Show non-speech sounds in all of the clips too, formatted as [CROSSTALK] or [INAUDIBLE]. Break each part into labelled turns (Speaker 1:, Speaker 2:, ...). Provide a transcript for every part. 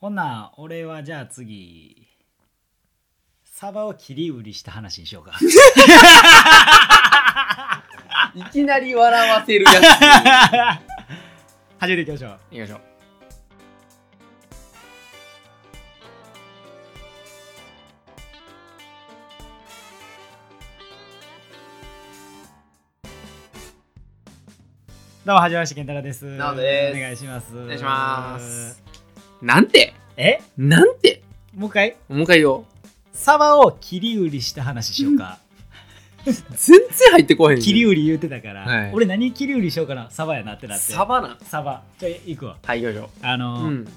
Speaker 1: ほな俺はじゃあ次サバを切り売りした話にしよう
Speaker 2: [LAUGHS]
Speaker 1: か
Speaker 2: いきなり笑
Speaker 1: [LAUGHS]
Speaker 2: わせるやつ。
Speaker 1: 始めていきましょう
Speaker 2: いきましょう。
Speaker 1: どうもはじめまして健太郎です
Speaker 2: 直人です
Speaker 1: お願いしますお
Speaker 2: お願いします。なんて
Speaker 1: え
Speaker 2: なんて
Speaker 1: もう一回
Speaker 2: もう一回言おう。
Speaker 1: サバを切り売りした話しようか
Speaker 2: 全然入ってこへん。
Speaker 1: 切り売り言うてたから、
Speaker 2: はい
Speaker 1: 俺何切り売りしようかなサバやなってなって
Speaker 2: サバな。
Speaker 1: サバじゃあ行くわ
Speaker 2: はい、行きましょ
Speaker 1: あの
Speaker 2: う。
Speaker 1: ー、
Speaker 2: うん。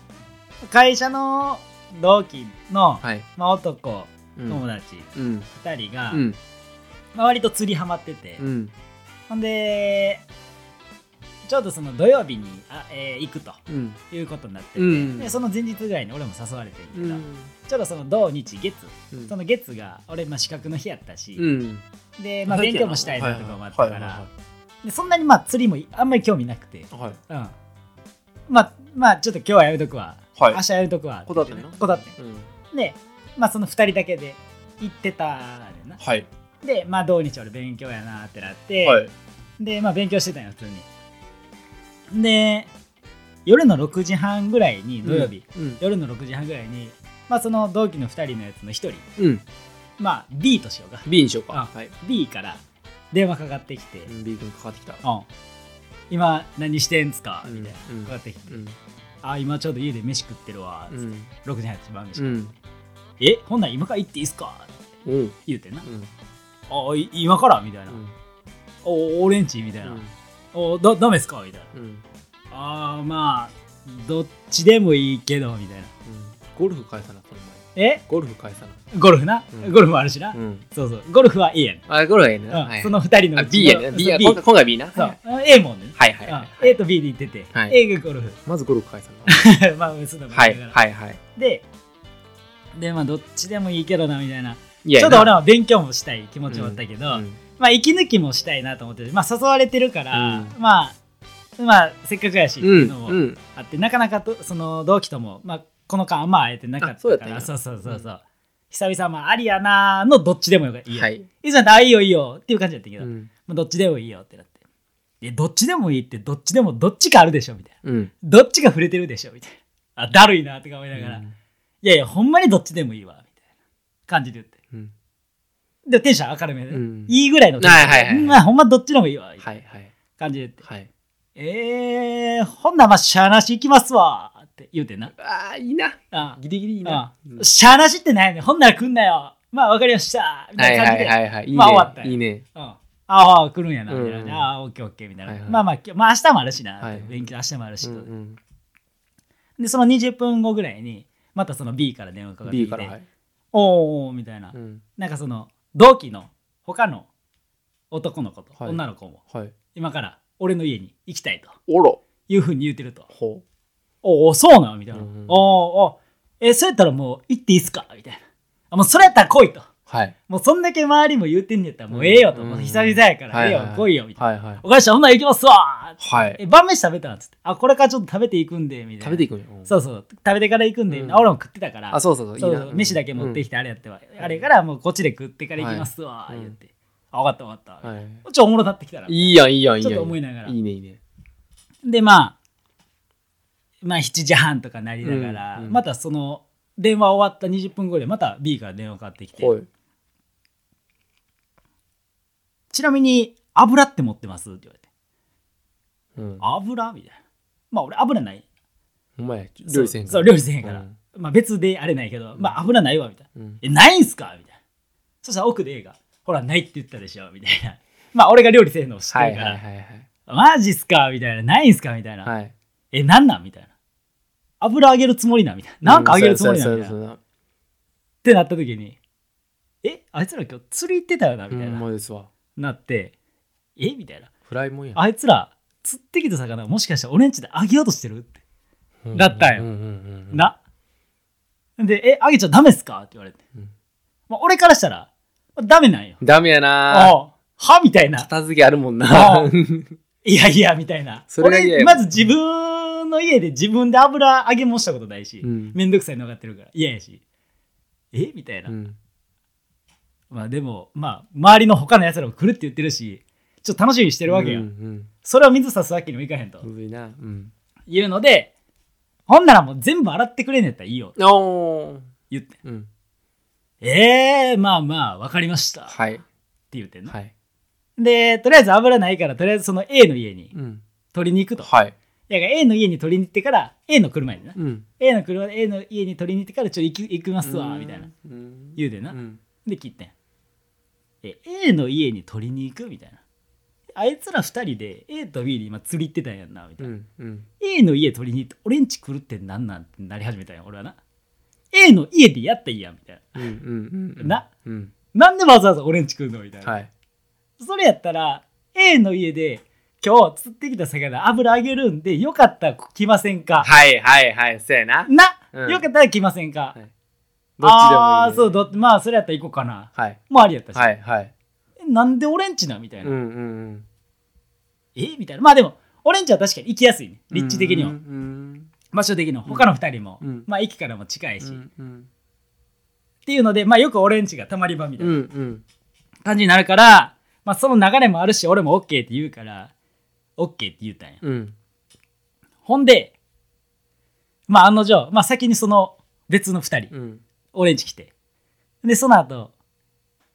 Speaker 1: 会社の同期の、
Speaker 2: はい。
Speaker 1: まあ、男
Speaker 2: う
Speaker 1: 友
Speaker 2: ん。
Speaker 1: 達
Speaker 2: うん。
Speaker 1: 2人が、
Speaker 2: うん。
Speaker 1: まあ、割と釣りハマってて、
Speaker 2: うん。
Speaker 1: ほんでちょうどその土曜日にあ、えー行くと
Speaker 2: うん。
Speaker 1: いうことになってて、
Speaker 2: うん
Speaker 1: でその前日ぐらいに俺も誘われてるけ
Speaker 2: う
Speaker 1: ど、
Speaker 2: ん。
Speaker 1: ちょうどその土日月
Speaker 2: うん
Speaker 1: その月が俺、まあ、資格の日やったし、
Speaker 2: うん。
Speaker 1: で、まあ、勉強もしたいなとかもあったから、
Speaker 2: はいは
Speaker 1: でそんなにまあ釣りもあんまり興味なくて、
Speaker 2: いはいはい。
Speaker 1: うん、まあまあちょっと今日はやめとくわ、
Speaker 2: はい
Speaker 1: 明日やめとくわ
Speaker 2: こだわってんの
Speaker 1: こだわってん
Speaker 2: うん。
Speaker 1: で、まあ、その2人だけで行ってたねんな
Speaker 2: はい。
Speaker 1: でまあ土日俺勉強やなってなって、
Speaker 2: はい。
Speaker 1: でまあ勉強してたんよ普通にで夜の6時半ぐらいに土曜日、
Speaker 2: うん。
Speaker 1: 夜の6時半ぐらいにまあその同期の2人のやつの1人
Speaker 2: うん。
Speaker 1: まあ B としようか
Speaker 2: B にしようか。
Speaker 1: あ
Speaker 2: はい。
Speaker 1: B から電話かかってきて「
Speaker 2: うん B 君かかってきた。
Speaker 1: うん今何してんすか?」
Speaker 2: うん
Speaker 1: みたい
Speaker 2: うん
Speaker 1: なかかってきて
Speaker 2: うん。
Speaker 1: 「あ今ちょうど家で飯食ってるわ」つ
Speaker 2: う
Speaker 1: って
Speaker 2: ん。
Speaker 1: 6時半やって番組し
Speaker 2: う
Speaker 1: か
Speaker 2: ん。
Speaker 1: えほんなら今から行っていいっすか?」
Speaker 2: おう。
Speaker 1: 言うてんな「
Speaker 2: うん。
Speaker 1: あい今から?」みたいな
Speaker 2: うん
Speaker 1: 「お俺んち」みたいな「おだダメっすか?」みたいな
Speaker 2: うん。うん。
Speaker 1: 「ああまあどっちでもいいけど」みたいな
Speaker 2: ゴルフ返さな、この
Speaker 1: 「
Speaker 2: 前。
Speaker 1: え
Speaker 2: ゴルフ返さな。
Speaker 1: ゴルフな、
Speaker 2: うん
Speaker 1: ゴルフもあるしな、
Speaker 2: うん。
Speaker 1: そうそうゴルフは A やね
Speaker 2: あ、ゴルフええ
Speaker 1: ん、
Speaker 2: な。
Speaker 1: うん
Speaker 2: はい
Speaker 1: そ。の2人の
Speaker 2: あ、
Speaker 1: うちの
Speaker 2: B やね。B や。
Speaker 1: そう
Speaker 2: 今回今回 B な。
Speaker 1: そ
Speaker 2: はいう
Speaker 1: A もね、
Speaker 2: はいはいはい
Speaker 1: うん A と B で言ってて、
Speaker 2: はい
Speaker 1: A がゴルフ [LAUGHS]
Speaker 2: まずゴルフ解散
Speaker 1: まあそんなもん
Speaker 2: は
Speaker 1: だ
Speaker 2: い
Speaker 1: から、
Speaker 2: はいはい。
Speaker 1: ででまあどっちでもいいけどなみたいな
Speaker 2: ち
Speaker 1: ちょっと俺は勉強もしたい気持ちもあったけど、まあ息抜きもしたいなと思っててまあ誘われてるから、
Speaker 2: うん
Speaker 1: まあまあせっかくやしって
Speaker 2: う
Speaker 1: いうんのも
Speaker 2: うんうん
Speaker 1: あって、なかなかとその同期とも、まあ、この間あんま会えてなかっ
Speaker 2: あそう
Speaker 1: た
Speaker 2: やっ
Speaker 1: か
Speaker 2: たん
Speaker 1: ら
Speaker 2: や
Speaker 1: そうそうそうそう
Speaker 2: う
Speaker 1: 久々まあありやなーのどっちでもよいいよ、、
Speaker 2: はいい。
Speaker 1: いじゃんあいいよいいよっていう感じだったけど、
Speaker 2: うん
Speaker 1: まあ、どっちでもいいよってなっていやどっちでもいいってどっちでもどっちかあるでしょみたいな
Speaker 2: うん。
Speaker 1: どっちが触れてるでしょみたいなあだるいなとか思いながら、いやいやほんまにどっちでもいいわみたいな感じで言って
Speaker 2: うん
Speaker 1: でテンション明るめで、
Speaker 2: うん
Speaker 1: いいぐらいのテンションで
Speaker 2: はいはいはいはい
Speaker 1: まあほんまどっちでもいいわみたいな
Speaker 2: はいはい
Speaker 1: 感じで言って、
Speaker 2: はい。
Speaker 1: えー、ほんならまあしゃあなし行きますわーって言うてんな
Speaker 2: ああいいな。
Speaker 1: あ
Speaker 2: ギリギリいい
Speaker 1: あ
Speaker 2: な。うん
Speaker 1: しゃあなしってないねんほんなら来んなよまあわかりましたみ
Speaker 2: は
Speaker 1: たい
Speaker 2: い
Speaker 1: な
Speaker 2: は
Speaker 1: 感じ
Speaker 2: い
Speaker 1: で、
Speaker 2: はいはい。いい
Speaker 1: まあ終わった
Speaker 2: ね。
Speaker 1: よ
Speaker 2: いいね。
Speaker 1: うん、ああ来るんやなみたいな、
Speaker 2: うんうん
Speaker 1: ああオッケーオッケーみたいな、
Speaker 2: はいはい
Speaker 1: まあまあ今日まあ明日もあるしな、
Speaker 2: はい
Speaker 1: 勉強明日もあるし、
Speaker 2: うんうん
Speaker 1: でその20分後ぐらいにまたその B から電話かかってき
Speaker 2: B
Speaker 1: て
Speaker 2: からはい。
Speaker 1: おーおーみたいな、
Speaker 2: うん
Speaker 1: なんかその同期の他の男の子と
Speaker 2: はい
Speaker 1: 女の子も
Speaker 2: はい。
Speaker 1: 今から俺の家に行きたいと
Speaker 2: おろ。
Speaker 1: いうふうに言うてると
Speaker 2: ほ
Speaker 1: おおそうなのみたいな、
Speaker 2: うんうん
Speaker 1: おおえそうやったらもう行っていいっすかみたいなあもうそれやったら来いと
Speaker 2: う。はい。
Speaker 1: もうそんだけ周りも言うてんねやったらもうええよと、
Speaker 2: うん
Speaker 1: もう久々やからええよ、
Speaker 2: はいはい
Speaker 1: 来いよみたいな、
Speaker 2: はいはい。
Speaker 1: おかしさほんなら行きますわー
Speaker 2: はい。
Speaker 1: え晩飯食べたんつってあこれからちょっと食べていくんでみたいな
Speaker 2: 食べていくんよ。。
Speaker 1: そううそう食べてから行くんで、
Speaker 2: うん
Speaker 1: 俺も食ってたから
Speaker 2: あそうそうそ。
Speaker 1: そうう
Speaker 2: いい
Speaker 1: そう
Speaker 2: な。
Speaker 1: 飯だけ持ってき
Speaker 2: て。
Speaker 1: てあれやっては、あれからもうこっちで食ってから行きますわ、
Speaker 2: はい
Speaker 1: 言って、あ分かった分かった、
Speaker 2: はい。
Speaker 1: ちょっとおもろなってきたら
Speaker 2: いいやんいいやんいいや
Speaker 1: ち
Speaker 2: ん。
Speaker 1: ょっと思いながら
Speaker 2: いいねいいね。
Speaker 1: でまあまあ7時半とかなりながら、
Speaker 2: うんうん
Speaker 1: またその電話終わった20分後でまた B から電話かかってきて、
Speaker 2: ほい。
Speaker 1: ちなみに油って持ってますって言われて
Speaker 2: うん。
Speaker 1: 油みたいなまあ俺油ない
Speaker 2: お前料理せんか
Speaker 1: そうそう
Speaker 2: ら。
Speaker 1: 料理せんから、
Speaker 2: うん
Speaker 1: まあ別であれないけど、まあ油ないわみたいな
Speaker 2: うん
Speaker 1: え、ないんすかみたいな。そしたら奥で A が、ほら、ないって言ったでしょみたいな。まあ、俺が料理せんのを知って
Speaker 2: はい
Speaker 1: るか
Speaker 2: はい
Speaker 1: ら、
Speaker 2: はいはい。
Speaker 1: マジっすかみたいな。ないんすかみたいな。
Speaker 2: はい。
Speaker 1: え、なんなんみたいな。油揚げるつもりなみたいな。なんか揚げるつもりな
Speaker 2: うん
Speaker 1: みたい
Speaker 2: そ
Speaker 1: な。
Speaker 2: う
Speaker 1: っ
Speaker 2: やそうやそうや
Speaker 1: てなった時に、え、あいつら今日釣り行ってたよなみたい
Speaker 2: ほん
Speaker 1: な。
Speaker 2: まですわ。
Speaker 1: なって、えみたいな。
Speaker 2: フライもんや。
Speaker 1: あいつら、釣ってきた魚もしかしたら俺んちで揚げようとしてるって。
Speaker 2: うん
Speaker 1: だったよ
Speaker 2: うんうんうん。
Speaker 1: な。で、え、揚げちゃダメっすかって言われて。
Speaker 2: うん
Speaker 1: まあ、俺からしたら、まあダメなんよ。
Speaker 2: ダメやな
Speaker 1: あは
Speaker 2: [LAUGHS]
Speaker 1: みたいな。
Speaker 2: 片付けあるもん
Speaker 1: あ
Speaker 2: な
Speaker 1: あいやいや、みたいな。
Speaker 2: それが嫌や
Speaker 1: 俺、まず自分分の家で自分で油揚げもしたことないし、
Speaker 2: うん
Speaker 1: めんどくさいの分かってるから嫌やしえみたいな、
Speaker 2: うん
Speaker 1: まあでもまあ周りの他のやつらも来るって言ってるしちょっと楽しみにしてるわけよ、
Speaker 2: うんうん
Speaker 1: それを水さすわけにもいかへんと
Speaker 2: むずいな。うん。
Speaker 1: いうのでほんならもう全部洗ってくれんやったらいいよと
Speaker 2: おー
Speaker 1: 言って
Speaker 2: うん。
Speaker 1: ええまあまあ分かりましたって
Speaker 2: はい。
Speaker 1: 言ってんの、
Speaker 2: はい。
Speaker 1: でとりあえず油ないからとりあえずその A の家に
Speaker 2: うん。
Speaker 1: 取りに行くと、
Speaker 2: はい。
Speaker 1: だから A の家に取りに行ってから A の車にな、
Speaker 2: うん。
Speaker 1: A の車 A の家に取りに行ってからちょっと行き行きますわみたいな
Speaker 2: うん。
Speaker 1: 言うでな、
Speaker 2: うん。
Speaker 1: で切ってんえ A の家に取りに行くみたいなあいつら2人で A と B で今釣り行ってたんやんなみた
Speaker 2: う
Speaker 1: いな、
Speaker 2: ん。うん。
Speaker 1: A の家取りに行って俺んち来るってなんなんってなり始めたんや俺はな A の家でやったらいいやんみたい
Speaker 2: うん。うん。うん
Speaker 1: な。
Speaker 2: うん。
Speaker 1: ななんでわざわざ俺んち来るのみたいな、
Speaker 2: はい。
Speaker 1: それやったら A の家で今日釣ってきた魚油あげるんでよかったら来ませんか、
Speaker 2: はいはいはい。そうやな。
Speaker 1: な、
Speaker 2: うん
Speaker 1: よかったら来ませんか、
Speaker 2: はいどっちでもいいね。
Speaker 1: ああーそうどっまあそれやったら行こうかな
Speaker 2: はい。
Speaker 1: もうありやったし、
Speaker 2: はいはい。
Speaker 1: えなんで俺んちなみたいな、
Speaker 2: うんうんうん。
Speaker 1: えみたいなまあでも俺んちは確かに行きやすいね立地的にも、
Speaker 2: うんうん
Speaker 1: 場所的にも他の2人も、
Speaker 2: うん
Speaker 1: まあ駅からも近いし、
Speaker 2: う
Speaker 1: っ
Speaker 2: んうん
Speaker 1: ていうのでまあよく俺んちがたまり場みた
Speaker 2: う
Speaker 1: いな
Speaker 2: んうん
Speaker 1: 感じになるから、まあその流れもあるし俺も OK って言うから OK って言ったんや、
Speaker 2: うん
Speaker 1: ほんでまあ案の定、まあ、先にその別の2人、
Speaker 2: うん
Speaker 1: 俺んち来てでその後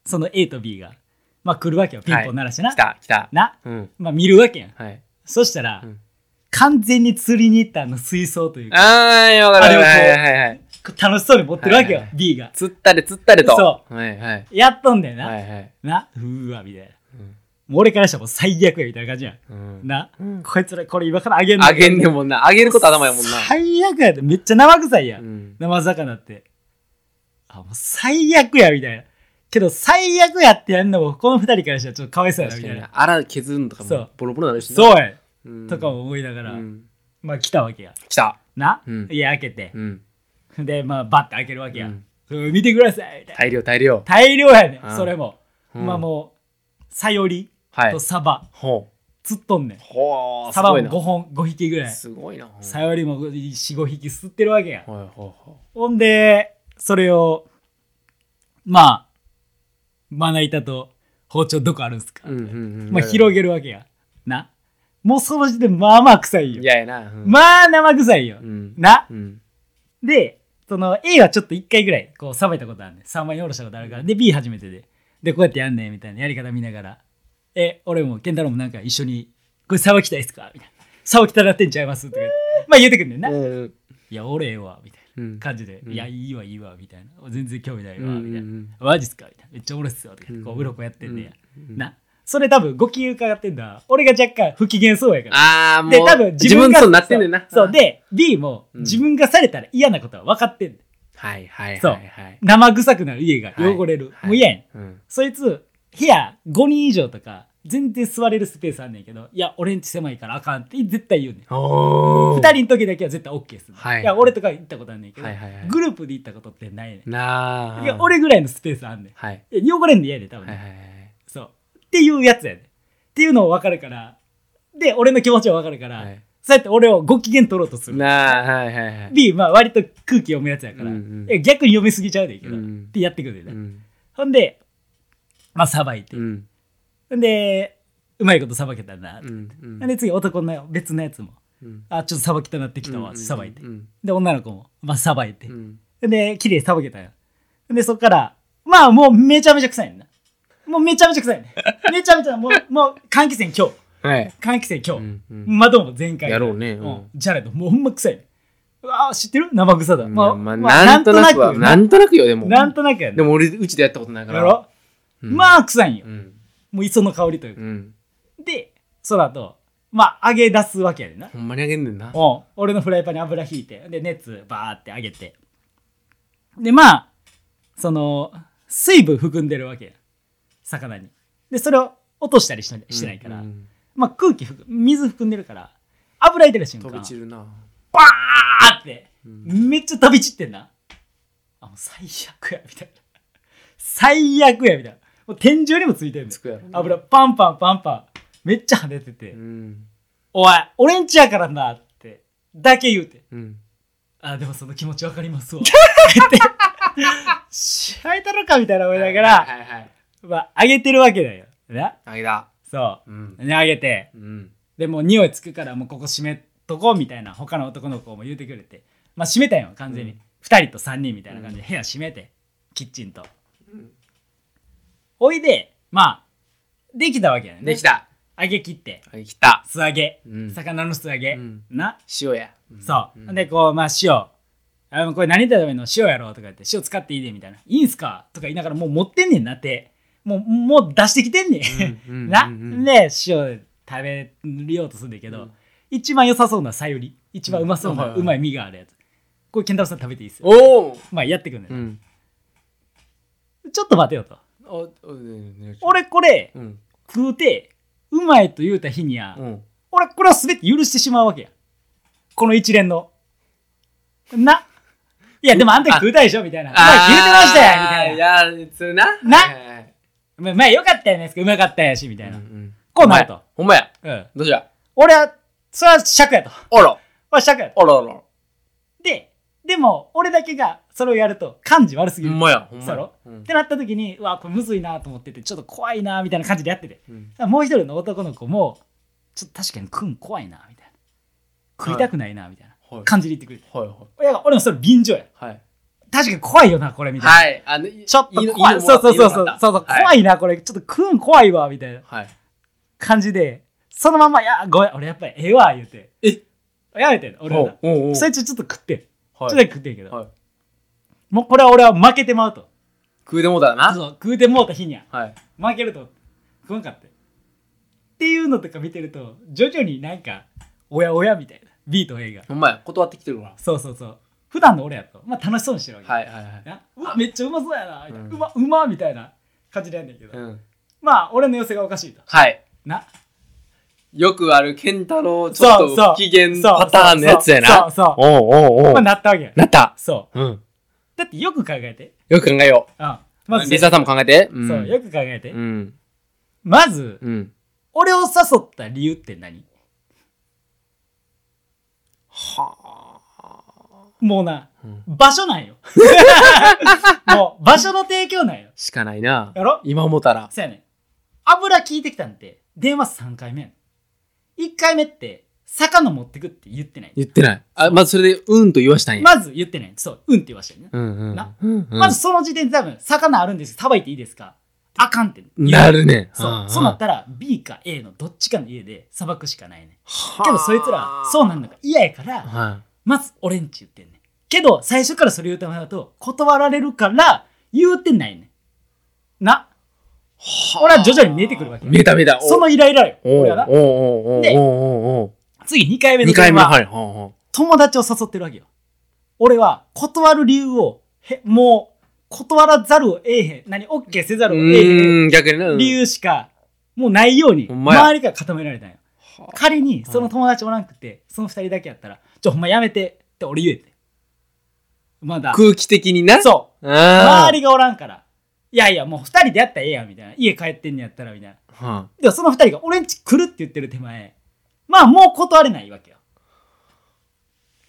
Speaker 1: その A と B がまあ来るわけよピンポン鳴らしてな、
Speaker 2: 来た来た
Speaker 1: な
Speaker 2: うん
Speaker 1: まあ見るわけやん
Speaker 2: はい
Speaker 1: そしたら、
Speaker 2: うん
Speaker 1: 完全に釣りに行ったあの水槽というか
Speaker 2: ああよかった
Speaker 1: あれをこう
Speaker 2: はいはいはい
Speaker 1: 楽しそうに持ってるわけよ、
Speaker 2: はいはい
Speaker 1: B が
Speaker 2: 釣ったれ釣ったれと
Speaker 1: そう
Speaker 2: はいはい
Speaker 1: やっとんだよな、
Speaker 2: はいはい
Speaker 1: なうーわみたいな
Speaker 2: うん
Speaker 1: もう俺からしたらもう最悪やみたいな感じやん
Speaker 2: うん
Speaker 1: な、
Speaker 2: うん
Speaker 1: こいつらこれ今からあげんの
Speaker 2: あげんでもんなあげること頭やもんな
Speaker 1: 最悪やでめっちゃ生臭いやん、
Speaker 2: うん
Speaker 1: 生魚ってあもう最悪やみたいなけど最悪やってやるのもこの二人からしたらちょっとかわいそうやな
Speaker 2: 確
Speaker 1: みた
Speaker 2: か
Speaker 1: い
Speaker 2: に
Speaker 1: な
Speaker 2: あら削るのとか
Speaker 1: そ
Speaker 2: も
Speaker 1: う
Speaker 2: ボロボロになるしな
Speaker 1: そうや
Speaker 2: うん
Speaker 1: とかも思いなが
Speaker 2: う
Speaker 1: ら、
Speaker 2: ん
Speaker 1: まあ来たわけや
Speaker 2: 来た
Speaker 1: な、
Speaker 2: うん
Speaker 1: 家開けて
Speaker 2: う、ん
Speaker 1: でまあバッて開けるわけや、
Speaker 2: うん
Speaker 1: うん見てくださいみたいな
Speaker 2: 大量大量
Speaker 1: 大量やね
Speaker 2: うん
Speaker 1: んそれも、
Speaker 2: うん
Speaker 1: まあもうサヨリ
Speaker 2: はい
Speaker 1: とサバ
Speaker 2: ほう
Speaker 1: 釣っとんねん、
Speaker 2: ほうす
Speaker 1: サバも
Speaker 2: ごいな
Speaker 1: 5本5匹ぐらい
Speaker 2: すごいなほう
Speaker 1: サヨリも45匹吸ってるわけや、
Speaker 2: ほうほうほ
Speaker 1: ほんでそれをまあまな板と包丁どこあるんすか、
Speaker 2: ううんうんうん
Speaker 1: まあ、広げるわけやなもうその時点でまあまあ臭いよ
Speaker 2: いややなうん
Speaker 1: まあ生臭いよ、
Speaker 2: うん
Speaker 1: な
Speaker 2: うん
Speaker 1: で、その A はちょっと1回ぐらいこうさばいたことあるねん。3枚におろしたことあるから。で、B 初めてで。で、こうやってやんねんみたいなやり方見ながら。え、俺も、ケンタロウもなんか一緒に、これさばきたいっすかみたいな。さばきたらってんちゃいますとか言って。まあ言うてくんねんな。い
Speaker 2: うん
Speaker 1: や、俺ええわ、みたい
Speaker 2: うん
Speaker 1: な感じで。
Speaker 2: うん
Speaker 1: いや、いいわ、いいわ、みたいな。全然興味ないわ、
Speaker 2: うん
Speaker 1: み
Speaker 2: う
Speaker 1: たいな。
Speaker 2: ん
Speaker 1: マジっすかみたいな。めっちゃおもろいっすよ、とか言って。こ
Speaker 2: う
Speaker 1: う、
Speaker 2: ん
Speaker 1: うろこやってんねや。
Speaker 2: うん
Speaker 1: な。それ多分、ご機嫌伺ってんだ。俺が若干不機嫌そうやから。
Speaker 2: ああもう
Speaker 1: で、多分
Speaker 2: 自分
Speaker 1: が
Speaker 2: そうなってんねんな
Speaker 1: そうそう、で、B も
Speaker 2: うん
Speaker 1: 自分がされたら嫌なことは分かってんねん
Speaker 2: はいはい
Speaker 1: そう
Speaker 2: はいはい
Speaker 1: 生臭くなる家が汚れる、
Speaker 2: はい
Speaker 1: もう嫌やん、
Speaker 2: うん
Speaker 1: そいつ部屋5人以上とか全然座れるスペースあんねんけどいや俺んち狭いからあかんって絶対言うねん
Speaker 2: おー
Speaker 1: 2人の時だけは絶対 OK する、
Speaker 2: はい
Speaker 1: や俺とか行ったことあんねんけど、
Speaker 2: はいはいはい
Speaker 1: グループで行ったことってないね
Speaker 2: なんあ
Speaker 1: いや俺ぐらいのスペースあんね
Speaker 2: はい
Speaker 1: んいや汚れんで嫌やで多分、
Speaker 2: はいはいはい
Speaker 1: そうっていうやつやねんっていうのを分かるからで俺の気持ちは分かるから、
Speaker 2: はい
Speaker 1: そうやって俺をご機嫌取ろうとする
Speaker 2: なあはいはいはい
Speaker 1: B まあ割と空気読むやつやから、
Speaker 2: うんうん
Speaker 1: いや逆に読みすぎちゃうねんけど、
Speaker 2: うん
Speaker 1: ってやってくるねん
Speaker 2: う
Speaker 1: な、
Speaker 2: ん
Speaker 1: ほんで、まあ、さばいて
Speaker 2: う。ん
Speaker 1: ほんで、うまいことさばけたな。
Speaker 2: う
Speaker 1: ほ
Speaker 2: んうん
Speaker 1: んで、次、男の別のやつも、
Speaker 2: うん
Speaker 1: あ、ちょっとさばきたなってきた
Speaker 2: う
Speaker 1: わ、
Speaker 2: ん
Speaker 1: さばいて
Speaker 2: う。ん
Speaker 1: で、女の子も、まあ、さばいて
Speaker 2: う。ん
Speaker 1: ほんで、綺麗にさばけたよ。ほんで、そっから、まあ、もうめちゃめちゃ臭いねんな。もうめちゃめちゃ
Speaker 2: [LAUGHS]
Speaker 1: 臭いねん。めちゃめちゃ、もう、もう、換気扇今日。
Speaker 2: はい
Speaker 1: 換気扇今日。
Speaker 2: ん
Speaker 1: 窓も全開。
Speaker 2: やろうね
Speaker 1: う
Speaker 2: うん
Speaker 1: ん。じゃれど、もうほんま臭いねん。うわあ、知ってる生臭だ。
Speaker 2: いや
Speaker 1: まあ、
Speaker 2: まあ
Speaker 1: まあ
Speaker 2: なんとなくは
Speaker 1: な
Speaker 2: なんんとなくよでも
Speaker 1: なんとなくやね
Speaker 2: でも俺うちでやったことないか
Speaker 1: や
Speaker 2: ら
Speaker 1: ろ
Speaker 2: うん
Speaker 1: まあ、臭いんよ
Speaker 2: う。ん
Speaker 1: もう磯の香りというか
Speaker 2: う。ん
Speaker 1: で、その後、まあ、揚げ出すわけやでな。
Speaker 2: ほんまにあげんねんな
Speaker 1: お俺のフライパンに油引いて、で、熱バーって揚げて。で、まあ、その、水分含んでるわけや。魚に。で、それを落としたりしなしてないから、
Speaker 2: うん
Speaker 1: まあ、空気含、水含んでるから、油入れる瞬間、
Speaker 2: 飛び散るな
Speaker 1: バーって、
Speaker 2: うん
Speaker 1: めっちゃ飛び散ってんな。あ、もう最悪や、みたいな。最悪や、みたいな。もう天井にもついてるん
Speaker 2: つくやろな
Speaker 1: 油パンパンパンパン。めっちゃ跳ねてて。
Speaker 2: うん
Speaker 1: おい、俺んちやからなって、だけ言うて。
Speaker 2: うん。
Speaker 1: あ、でもその気持ちわかりますわ。って。 [LAUGHS] しゃいたろかみたいな思いながら、
Speaker 2: はいはいはい。
Speaker 1: まあ、上げてるわけだよ。な
Speaker 2: あげだ。
Speaker 1: そ
Speaker 2: うん
Speaker 1: う。。ね、上げて。
Speaker 2: うん。
Speaker 1: でもう匂いつくからもうここ閉めとこうみたいな他の男の子も言うてくれてまあ閉めたんよ完全に、
Speaker 2: うん
Speaker 1: 2人と3人みたいな感じで部屋閉めてキッチンとおいでまあできたわけやね
Speaker 2: できた。
Speaker 1: 揚げ切って
Speaker 2: できた。
Speaker 1: 素揚げ、
Speaker 2: うん
Speaker 1: 魚の素揚げ、
Speaker 2: うん
Speaker 1: な
Speaker 2: 塩や。
Speaker 1: そう、
Speaker 2: ん
Speaker 1: で、こうまあ塩あのこれ何食べるの塩やろうとか言って塩使っていいでみたいな「いいんすか?」とか言いながらもう持ってんねんなってもうもう出してきてんねん、
Speaker 2: うんうん
Speaker 1: な
Speaker 2: うんうん
Speaker 1: で塩食べようとするんだけど、
Speaker 2: うん
Speaker 1: 一番良さそうなさゆり一番うまそうな、
Speaker 2: うんはいは
Speaker 1: う
Speaker 2: い
Speaker 1: まい身があるやつこれ健太郎さん食べていいっすよ
Speaker 2: おお。
Speaker 1: まあやってくんね、
Speaker 2: ん。
Speaker 1: ん、ちょっと待てよと
Speaker 2: お、お、ね
Speaker 1: 俺これ
Speaker 2: うん。
Speaker 1: 食うてうまいと言うた日には、
Speaker 2: うん。
Speaker 1: 俺これは全て許してしまうわけやこの一連のないやでもあんた食うたでしょみたいな「お前言うてましたや」みたいな
Speaker 2: な。いや、それな。
Speaker 1: な
Speaker 2: はいはいはい
Speaker 1: 「まあまあよかったやないですかうまかったやし」みたいな、
Speaker 2: うん
Speaker 1: こうなると、
Speaker 2: ほんまや。
Speaker 1: うん、
Speaker 2: どうじゃ。
Speaker 1: 俺はそれは尺やと
Speaker 2: あら。
Speaker 1: 俺は尺やと
Speaker 2: あらあら。
Speaker 1: ででも俺だけがそれをやると感じ悪すぎ
Speaker 2: ほ
Speaker 1: る
Speaker 2: んまや。ほんま
Speaker 1: そ
Speaker 2: や
Speaker 1: うやろ
Speaker 2: うん
Speaker 1: ってなった時にうわこれむずいなと思っててちょっと怖いなみたいな感じでやっててだか
Speaker 2: うん
Speaker 1: らもう一人の男の子もちょっと確かにくん怖いなみたいな食いたくないなみたいな
Speaker 2: はい。
Speaker 1: 感じで言ってくれて
Speaker 2: はいはい。
Speaker 1: いや俺もそれ便乗や
Speaker 2: はい。
Speaker 1: 確かに怖いよなこれみたいな、
Speaker 2: はい。あの、
Speaker 1: ちょっと
Speaker 2: いいの
Speaker 1: 怖い
Speaker 2: いいのも
Speaker 1: そ
Speaker 2: ら
Speaker 1: うそう
Speaker 2: っ
Speaker 1: そう
Speaker 2: いい
Speaker 1: そう
Speaker 2: のもらった
Speaker 1: そうそう、
Speaker 2: はい
Speaker 1: 怖いなこれちょっと食うん怖いわみたいな
Speaker 2: はい。
Speaker 1: 感じでそのまんま「いやごめん俺やっぱりええわ」言うて
Speaker 2: え
Speaker 1: やめてん俺はな
Speaker 2: おうおうおう
Speaker 1: そいつちょっと食ってんちょっ
Speaker 2: はい
Speaker 1: とだけ食ってんけど、
Speaker 2: はい
Speaker 1: もうこれは俺は負けてまうと
Speaker 2: 食うてもうたらな。
Speaker 1: そう食うてもうた日には
Speaker 2: はい。
Speaker 1: 負けると食わんかったっていうのとか見てると徐々になんかおやおやみたいな B と A が
Speaker 2: ほんまや。断ってきてるわ。
Speaker 1: そうそうそう普段の俺やと、まあ、楽しそうにしてるわけ、
Speaker 2: はいはいはい。
Speaker 1: なうわめっちゃうまそうやなみたいな、う
Speaker 2: うん
Speaker 1: まうまみたいな感じでやんねんけど、
Speaker 2: うん。
Speaker 1: まあ俺の寄せがおかしいと
Speaker 2: はい。
Speaker 1: な
Speaker 2: よくある、ケンタロウ、ちょっ
Speaker 1: そう
Speaker 2: と
Speaker 1: そう
Speaker 2: 不機嫌パターンのやつや
Speaker 1: そ
Speaker 2: な
Speaker 1: う。そうそう
Speaker 2: おうおうお
Speaker 1: まあ
Speaker 2: う。
Speaker 1: なったわけや
Speaker 2: なった。
Speaker 1: そう
Speaker 2: うん。
Speaker 1: だってよく考えて
Speaker 2: よく考えよ
Speaker 1: うん
Speaker 2: う。
Speaker 1: まず
Speaker 2: リサさんも考えて。うん
Speaker 1: そうよく考えて、
Speaker 2: うん。
Speaker 1: まず
Speaker 2: うん。
Speaker 1: 俺を誘った理由って何
Speaker 2: はあ。
Speaker 1: もうな、
Speaker 2: うん
Speaker 1: 場所なんよ
Speaker 2: [LAUGHS]
Speaker 1: もう場所の提供なんよ
Speaker 2: しかないな。
Speaker 1: やろ
Speaker 2: 今思ったら。
Speaker 1: そうやねん油聞いてきたんて電話3回目やねん1回目って魚持ってくって言ってない
Speaker 2: 言ってない。あ、まずそれで、うんと言わしたんや。
Speaker 1: まず言ってないそううんって言わしたよね、
Speaker 2: うんうん
Speaker 1: な
Speaker 2: うんうん。
Speaker 1: まずその時点で多分魚あるんですけどさばいていいですかあかんって言う
Speaker 2: なるね。
Speaker 1: そ
Speaker 2: ん
Speaker 1: うんそうなったら B か A のどっちかの家でさばくしかないね
Speaker 2: はあ
Speaker 1: けどそいつらそうなんのが嫌やから
Speaker 2: は。
Speaker 1: まず俺んち言ってんねんけど最初からそれ言うたまだと断られるから言うてないねんない俺は徐々に見えてくるわけ
Speaker 2: 見えた見えた。お
Speaker 1: そのイライラよ
Speaker 2: おう
Speaker 1: 俺はな
Speaker 2: おうおうおう
Speaker 1: で
Speaker 2: おうおう
Speaker 1: 次2回目の
Speaker 2: 二回
Speaker 1: 電
Speaker 2: 目
Speaker 1: 話
Speaker 2: はい。ほうほ
Speaker 1: 友達を誘ってるわけよ。俺は断る理由をへもう断らざるを得へん何オッケーせざ
Speaker 2: う
Speaker 1: るを
Speaker 2: う
Speaker 1: 得へん
Speaker 2: ーん、逆にな。うん
Speaker 1: 理由しかもうないように
Speaker 2: ほんまや
Speaker 1: 周りから固められたんよ。
Speaker 2: はあ
Speaker 1: 仮にその友達おらんくてその2人だけやったら「ちょほんまやめて」って俺言えてまだ
Speaker 2: 空気的にな。う。
Speaker 1: そう
Speaker 2: あ
Speaker 1: 周りがおらんから「いやいやもう2人でやったらええやん」みたいな家帰ってんねやったらみたいな
Speaker 2: あ。
Speaker 1: でもその2人が俺んち来るって言ってる手前まあもう断れないわけよ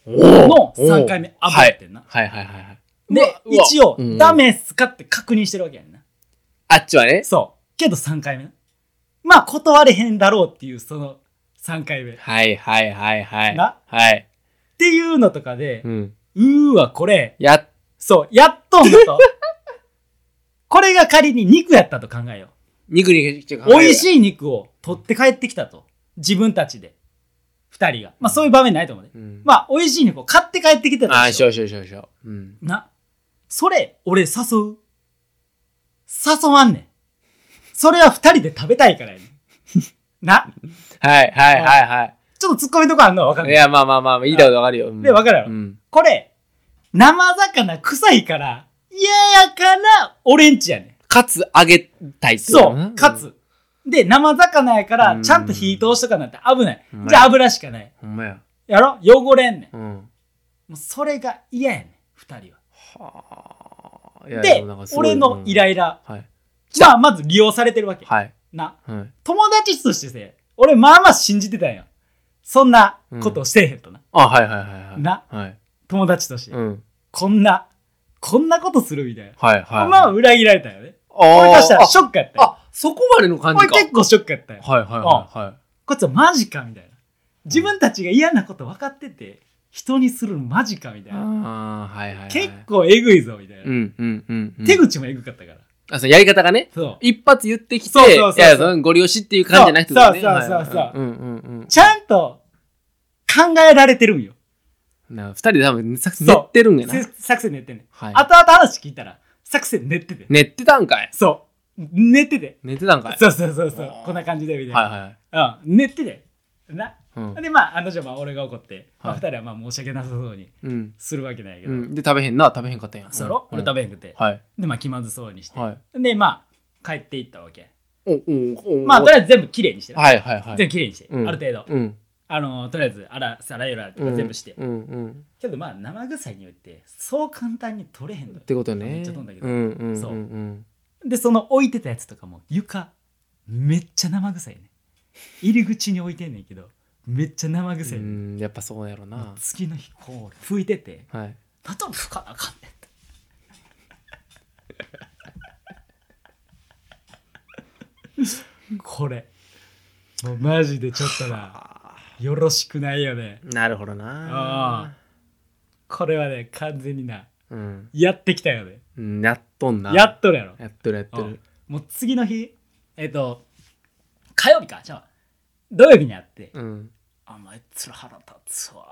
Speaker 1: の
Speaker 2: の
Speaker 1: 3回目アブやってんな、
Speaker 2: はいはいはいはい。
Speaker 1: で、
Speaker 2: うわ
Speaker 1: 一応
Speaker 2: う、ん
Speaker 1: ダメっすかって確認してるわけやんな。
Speaker 2: あっちはね。
Speaker 1: そう。けど3回目な。まあ、断れへんだろうっていう、その3回目。っ
Speaker 2: はいはいはいはい。
Speaker 1: な
Speaker 2: はい。
Speaker 1: ていうのとかで
Speaker 2: う、ん。
Speaker 1: うーわ、これ、
Speaker 2: やっ、
Speaker 1: そう、やっとんだと。 [LAUGHS] これが仮に肉やったと考えよ
Speaker 2: 肉にちょっと
Speaker 1: う。
Speaker 2: 考えようや、
Speaker 1: 美味しい肉を取って帰ってきたと。自分たちで。2人が。まあ、そういう場面ないと思うね。
Speaker 2: うん。
Speaker 1: まあ、美味しい肉を買って帰ってきたと
Speaker 2: ああ、
Speaker 1: し
Speaker 2: し
Speaker 1: よう。
Speaker 2: ょうしょうしょうしょう。うん。
Speaker 1: な。それ、俺誘う。誘わんねん。それは二人で食べたいからやねん。 [LAUGHS] な。
Speaker 2: はいはいはいは
Speaker 1: ちょっと突っ込みとこあんのはわか
Speaker 2: い。い
Speaker 1: る。
Speaker 2: や、まあまあまあ、言いたいことわかるよ。うん
Speaker 1: でわかるやろ
Speaker 2: うん。
Speaker 1: これ、生魚臭いから、嫌やから、オレンジやねん。
Speaker 2: かつ、あげたいっすよ
Speaker 1: そ
Speaker 2: な
Speaker 1: う、か。つ。で、生魚やから
Speaker 2: う、ん
Speaker 1: ちゃんと火通しとかなんて危ない。
Speaker 2: うん
Speaker 1: じゃあ油しかない。
Speaker 2: ほんまや。
Speaker 1: やろ汚れんねん。
Speaker 2: うん。
Speaker 1: もうそれが嫌やねん、二人は。
Speaker 2: はあ。いや
Speaker 1: で
Speaker 2: もなんか、すごい
Speaker 1: 俺のイライラ。
Speaker 2: うんはい。
Speaker 1: まあ、まず利用されてるわけ。
Speaker 2: はい。
Speaker 1: な。
Speaker 2: はい。
Speaker 1: 友達としてせ、俺まあまあ信じてたんよ。そんなことをしてへんとな。
Speaker 2: あ、はいはいはいはい。
Speaker 1: な。
Speaker 2: はい。
Speaker 1: 友達として、
Speaker 2: うん。
Speaker 1: こんな、こんなことするみたいな。
Speaker 2: はいはい。
Speaker 1: まあ、裏切られたよね。
Speaker 2: あ
Speaker 1: 俺としたら
Speaker 2: ー
Speaker 1: ショックやったよ。
Speaker 3: あ、そこまでの感じ
Speaker 1: 俺
Speaker 3: か。
Speaker 1: 結構ショックやったよ。
Speaker 2: あはいはいはいはい。
Speaker 1: こいつはマジかみたいな。自分たちが嫌なこと分かってて、人にするのマジかみたいな。
Speaker 2: ああ、はいはいはい。
Speaker 1: 結構えぐいぞみたいな。
Speaker 2: うんうんうんうん。
Speaker 1: 手口もえぐかったから。
Speaker 2: あ、そのやり方がね。
Speaker 1: そう。
Speaker 2: 一発言ってきて、
Speaker 1: そうそうそうそう
Speaker 2: いや、そのご利用しっていう感じじゃなくてことね、
Speaker 1: そうそうそうそう
Speaker 2: はいはいはいんうん
Speaker 1: ちゃんと考えられてるんよ。
Speaker 2: うん。な二人で多分、さ
Speaker 1: そう
Speaker 2: 練ってるんやな。
Speaker 1: せ作戦練ってんねん。
Speaker 2: はい
Speaker 1: 後々話聞いたら、作戦練ってて。
Speaker 2: 練ってたんかい。
Speaker 1: そう。練ってて。
Speaker 2: 練ってたんかい。
Speaker 1: そうそうそうそう
Speaker 2: あ。ー
Speaker 1: こんな感じでみたいな。
Speaker 2: はいはい。
Speaker 1: うん、寝てて。な。
Speaker 2: うん
Speaker 1: で、まあ、あの女はまあ俺が怒って、まあ、
Speaker 2: はい
Speaker 1: 二人はまあ申し訳なさそうに
Speaker 2: うん。
Speaker 1: するわけないけ
Speaker 2: う
Speaker 1: ど、
Speaker 2: ん。で、食べへんな、食べへんかったんやん。
Speaker 1: そろ、
Speaker 2: うん
Speaker 1: 俺食べへんくて。
Speaker 2: はい。
Speaker 1: で、まあ気まずそうにして。
Speaker 2: はい。
Speaker 1: で、まあ、帰っていったわけ。
Speaker 2: おおお
Speaker 1: まあ、とりあえず全部きれいにしてな、
Speaker 2: はいはいはい。
Speaker 1: 全部きれいにして、
Speaker 2: うん
Speaker 1: ある程度。
Speaker 2: うん。
Speaker 1: あの、とりあえず、あら、さらゆらとか全部して。
Speaker 2: うんうん。
Speaker 1: けど、まあ、生臭いによって、そう簡単に取れへんのよ
Speaker 2: ってことね。
Speaker 1: めっちゃ飛んだけど
Speaker 2: うんうんうん。。
Speaker 1: そうんで、その置いてたやつとかも、床、めっちゃ生臭いね。入り口に置いてんねんけど、めっちゃ生臭い、
Speaker 2: う
Speaker 1: ね
Speaker 2: ん、やっぱそうやろな。
Speaker 1: 月の日こう拭いてて
Speaker 2: はい。
Speaker 1: また拭かなあかんねんってこれもうマジでちょっとなよろしくないよね
Speaker 2: なるほどな。
Speaker 1: これはね完全にな
Speaker 2: うん。
Speaker 1: やってきたよね
Speaker 2: うんやっとんな。
Speaker 1: やっとるやろ
Speaker 2: やっとるやっとる。
Speaker 1: うんもう次の日えっ、と火曜日かじゃあ土曜日にあって、
Speaker 2: うん。
Speaker 1: あんまりつら腹立つわ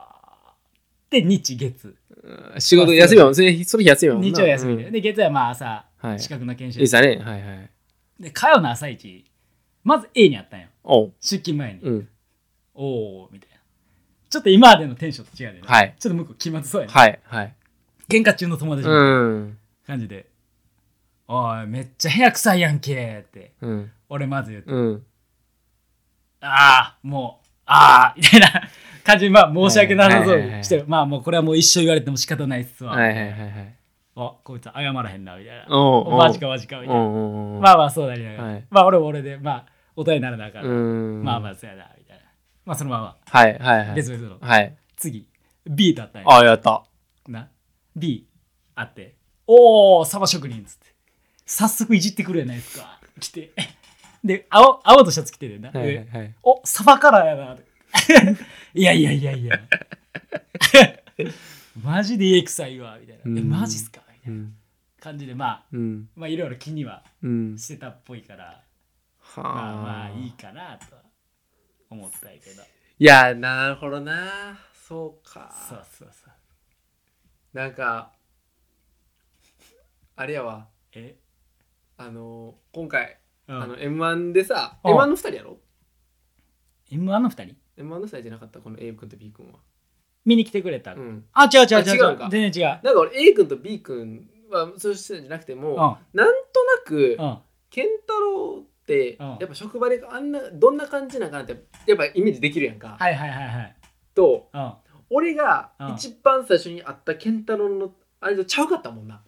Speaker 1: で日月
Speaker 2: うん仕事休みは、それその日休みは。
Speaker 1: 日曜休み
Speaker 2: う
Speaker 1: で。
Speaker 2: ん
Speaker 1: で、月曜はまあ朝
Speaker 2: は、い
Speaker 1: 資格の研
Speaker 2: いいっ
Speaker 1: 修
Speaker 2: す。ね。はいはい。
Speaker 1: で、火曜の朝一、まず A にあったんよ。
Speaker 2: おう。
Speaker 1: 出勤前に。
Speaker 2: うん。
Speaker 1: おおみたいな。ちょっと今までのテンションと違うでね。
Speaker 2: はい
Speaker 1: ちょっと向こう気まずそうやね。
Speaker 2: はいはい。
Speaker 1: 喧嘩中の友達
Speaker 2: う。
Speaker 1: みたいなん感じで。おい、めっちゃ部屋臭いやんけって、
Speaker 2: うん。
Speaker 1: 俺まず言って。
Speaker 2: うん。
Speaker 1: ああ、もう、ああ、みたいな感じで、まあ申し訳なさそうにし
Speaker 2: はいはいはい
Speaker 1: て、まあもうこれはもう一生言われても仕方ないっすわ。
Speaker 2: はいはいはいはい。
Speaker 1: あ、こいつ謝らへんな、みたいな。
Speaker 2: おうおう
Speaker 1: マジかマジか、みたいな。
Speaker 2: うん。
Speaker 1: ま
Speaker 2: あ、
Speaker 1: あまあそうなりながら、
Speaker 2: はい
Speaker 1: まあ俺も俺でまあ答えにならなあかん、
Speaker 2: うん。
Speaker 1: まあま
Speaker 2: あ。
Speaker 1: あそうやなみたいなまあそのまま
Speaker 2: はいはいはい
Speaker 1: 別。々の、
Speaker 2: はい。
Speaker 1: 次 B だったんや
Speaker 2: あ、やった。
Speaker 1: な B あっておおサバ職人っつって早速いじってくるやないですか来てで青青とシャツ着てるよな、
Speaker 2: はいはい
Speaker 1: で
Speaker 2: はい。
Speaker 1: おサバカラーやな [LAUGHS] いやいやいやいや [LAUGHS] マジで家臭いわみたいな、え
Speaker 2: うん
Speaker 1: マジっすかみた
Speaker 2: う。
Speaker 1: いなん感じでまあ
Speaker 2: うん。
Speaker 1: まあいろいろ気には
Speaker 2: うん。
Speaker 1: してたっぽいから
Speaker 2: は
Speaker 1: まあまあいいかなとは思ったんやけど
Speaker 2: いや、なるほどな。そうか。
Speaker 1: そうそうそう
Speaker 2: なんか、あれやわ、
Speaker 1: え
Speaker 2: あの今回、
Speaker 1: うん
Speaker 2: あの M1 でさ、
Speaker 1: うん
Speaker 2: M1 の2人やろ
Speaker 1: M1 の2人
Speaker 2: ?M1 の2人じゃなかった、この A 君と B 君は。
Speaker 1: 見に来てくれた、
Speaker 2: うん。
Speaker 1: あ違う違う
Speaker 2: あ
Speaker 1: 違
Speaker 2: 違
Speaker 1: う
Speaker 2: うか
Speaker 1: 全然違う
Speaker 2: なんか俺 A 君と B 君はそうしてたんじゃなくて
Speaker 1: うん
Speaker 2: も、なんとなく
Speaker 1: う、ん
Speaker 2: 健太郎って、
Speaker 1: うん
Speaker 2: やっぱ職場であんな、どんな感じなんかなって、やっぱイメージできるやんか。
Speaker 1: はいはいはいはい
Speaker 2: と、
Speaker 1: うん
Speaker 2: 俺が
Speaker 1: うん
Speaker 2: 一番最初に会った健太郎の、あれとちゃうかったもんな。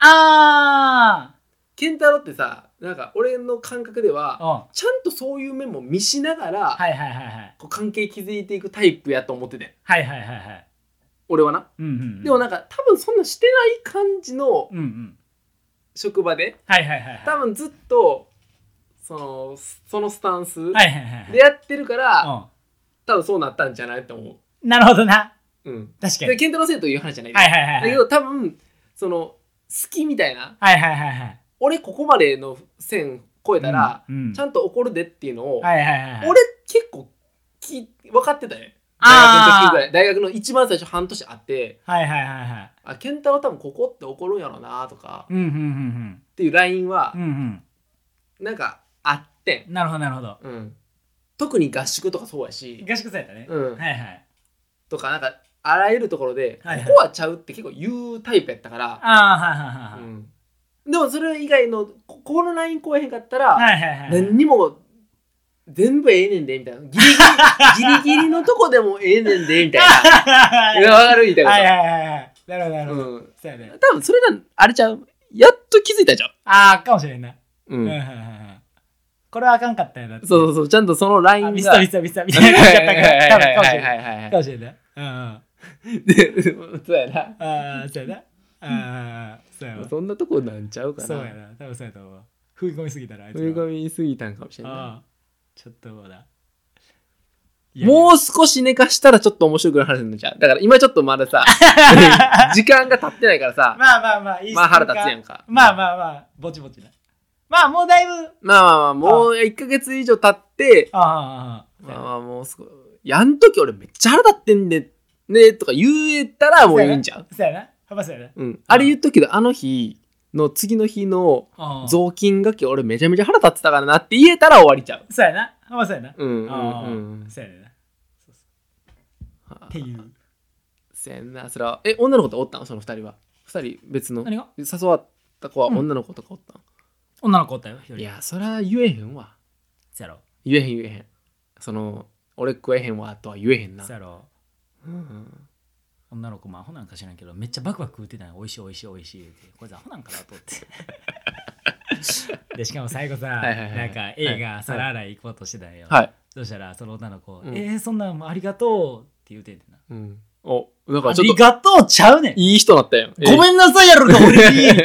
Speaker 1: あ
Speaker 2: 健太郎ってさ、なんか俺の感覚では
Speaker 1: ー、うん
Speaker 2: ちゃんとそういう面も見しながら、
Speaker 1: はいはいはいはい
Speaker 2: こう関係築いていくタイプやと思ってて
Speaker 1: はいはいはいはい
Speaker 2: 俺はな、
Speaker 1: うんうんうん
Speaker 2: でもなんか多分そんなしてない感じの
Speaker 1: うんうん
Speaker 2: 職場で
Speaker 1: はいはいはいはい
Speaker 2: 多分ずっとそのそのスタンス
Speaker 1: はいはいはいはい
Speaker 2: でやってるから、
Speaker 1: う
Speaker 2: 多分そうなったんじゃないと思
Speaker 1: んなるほどな
Speaker 2: ううん
Speaker 1: 確か
Speaker 2: で
Speaker 1: に
Speaker 2: 健太郎生という話じゃない,、
Speaker 1: はいはいはい
Speaker 2: だけど多分その好きみたいな
Speaker 1: はいはいはいはい
Speaker 2: 俺ここまでの線超えたら、
Speaker 1: うんうん
Speaker 2: ちゃんと怒るでっていうのを、
Speaker 1: はいはいはいはい
Speaker 2: 俺結構き分かってたよ大学の時ぐ
Speaker 1: あ
Speaker 2: らい大学の一番最初半年あって
Speaker 1: ーはいはいはいはい
Speaker 2: あ健太郎多分ここって怒るんやろなとか
Speaker 1: うんうん
Speaker 2: っていうラインは
Speaker 1: うんうんうん
Speaker 2: なんかあって
Speaker 1: うんなるほどなるほど
Speaker 2: ん、うん、特に合宿とかそうやし、
Speaker 1: 合宿されたね
Speaker 2: うん
Speaker 1: はいはい
Speaker 2: とかなんかあらゆるところで、
Speaker 1: はいはい
Speaker 2: ここはちゃうって結構言うタイプやったから、
Speaker 1: ああはいはいはいは
Speaker 2: う
Speaker 1: い
Speaker 2: ん、でもそれ以外のここのライン超えへんかったら、
Speaker 1: はいはいはい。
Speaker 2: 何にも全部ええねんでみたいなギリギ
Speaker 1: [LAUGHS]
Speaker 2: リギリギリのとこでもええねんでみたい
Speaker 1: [LAUGHS]
Speaker 2: ないやわかるみたいな、
Speaker 1: はいはいはいはい。なるほどなるほど。
Speaker 2: うん、
Speaker 1: そうやね。
Speaker 2: 多分それがあれちゃうやっと気づいたじゃん、
Speaker 1: ああ、かもしれんな。
Speaker 2: う
Speaker 1: うんんうんうんうんこれはあかんかったよなって
Speaker 2: そうそうそう、ちゃんとそのライン
Speaker 1: あ
Speaker 2: が。
Speaker 1: ミスタミ
Speaker 2: [LAUGHS]
Speaker 1: スタミスタみたいな感じだったから多分かもしれない
Speaker 2: いはいはい
Speaker 1: かもしれないうんうんあ
Speaker 2: で、 [LAUGHS] そうやな。
Speaker 1: あそうやなああそうやわ
Speaker 2: そんなとこなんちゃうかな。
Speaker 1: そうやな多分そうやと思う踏み込みすぎたらあいつら
Speaker 2: 踏み込みすぎたんかもし
Speaker 1: あ
Speaker 2: れな
Speaker 1: あちょっともうだ
Speaker 2: い。もう少し寝かしたらちょっと面白くなる話になるじゃん。だから今ちょっとまだ
Speaker 1: [LAUGHS]
Speaker 2: さ、時間が経ってないからさ、
Speaker 1: まあまあまあいい
Speaker 2: まあ腹立つやんか。
Speaker 1: まあまあまあぼちぼちなまあもうだいぶあ
Speaker 2: まあまあまあ、もう1ヶ月以上経って、
Speaker 1: あ
Speaker 2: まあまあもうすごい。やんとき俺めっちゃ腹立ってんねんねとか言えたらもういいんじゃん。
Speaker 1: そうやな幅そうやな
Speaker 2: うん。あれ言っとくけど、あの日の次の日の
Speaker 1: ああそ
Speaker 2: 雑巾がけ俺めちゃめちゃ腹立ってたからなって言えたら終わりちゃう。
Speaker 1: うやな幅そうやな
Speaker 2: うんうん
Speaker 1: ああ
Speaker 2: うん。
Speaker 1: そうやねんなそうそうっていう
Speaker 2: せやんな、それは。え、女の子とおったんその二人は。二人別の。
Speaker 1: 何が
Speaker 2: 誘わった子は女の子とかおったん、
Speaker 1: 女の子おったよ一人
Speaker 2: いや、それは言えへんわ。
Speaker 1: そうやろ
Speaker 2: 言えへん言えへん。その、俺食えへんわとは言えへんな
Speaker 1: そう。やろ
Speaker 2: うんうん
Speaker 1: 女の子もアホなんか知らんけどめっちゃバクバク食うてたの美味しい美味しい美味しい言うてこいつアホなんかなと思
Speaker 2: [LAUGHS]
Speaker 1: ってでしかも最後さ
Speaker 2: いはいはい
Speaker 1: なんか A が皿洗い行こうとしてたんよ、
Speaker 2: はい。
Speaker 1: そしたらその女の子「
Speaker 2: ん
Speaker 1: えー、そんなんもありがとう」って言うてんねんな
Speaker 2: うん。お、なん
Speaker 1: あ
Speaker 2: かちょ
Speaker 1: り
Speaker 2: っと、
Speaker 1: がとうちゃうねん
Speaker 2: いい人だったやん。
Speaker 1: ご
Speaker 2: ん。
Speaker 1: めんなさいやろか俺
Speaker 2: [LAUGHS]
Speaker 1: に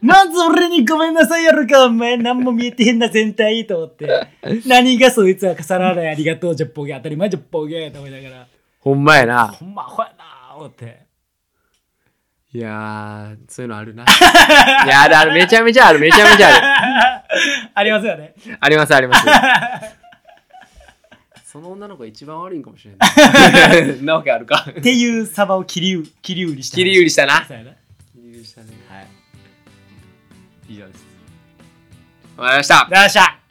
Speaker 1: まず俺にごめんなさいやろかお前何も見えてへんな全体と思って
Speaker 2: [LAUGHS]
Speaker 1: 何がそいつは皿洗いありがとうじゃっぽげ当たり前じゃっぽげと思いなが
Speaker 2: ほんまや
Speaker 1: ら
Speaker 2: な。
Speaker 1: ほんまアホやな思って
Speaker 2: いやー、そういうのあるな。 [LAUGHS] いや、あるある。めちゃめちゃある。めちゃめちゃある。
Speaker 1: ありますよね
Speaker 2: ありますあります。その女の子が一番悪いんかもしれない。 [LAUGHS] なわけあるか。
Speaker 1: っていうサバを切り売切り売りした
Speaker 2: 切り売りしたな。
Speaker 1: そうやな
Speaker 2: 切り売りしたね。
Speaker 1: はい以上です
Speaker 2: わかりました。
Speaker 1: よっしゃ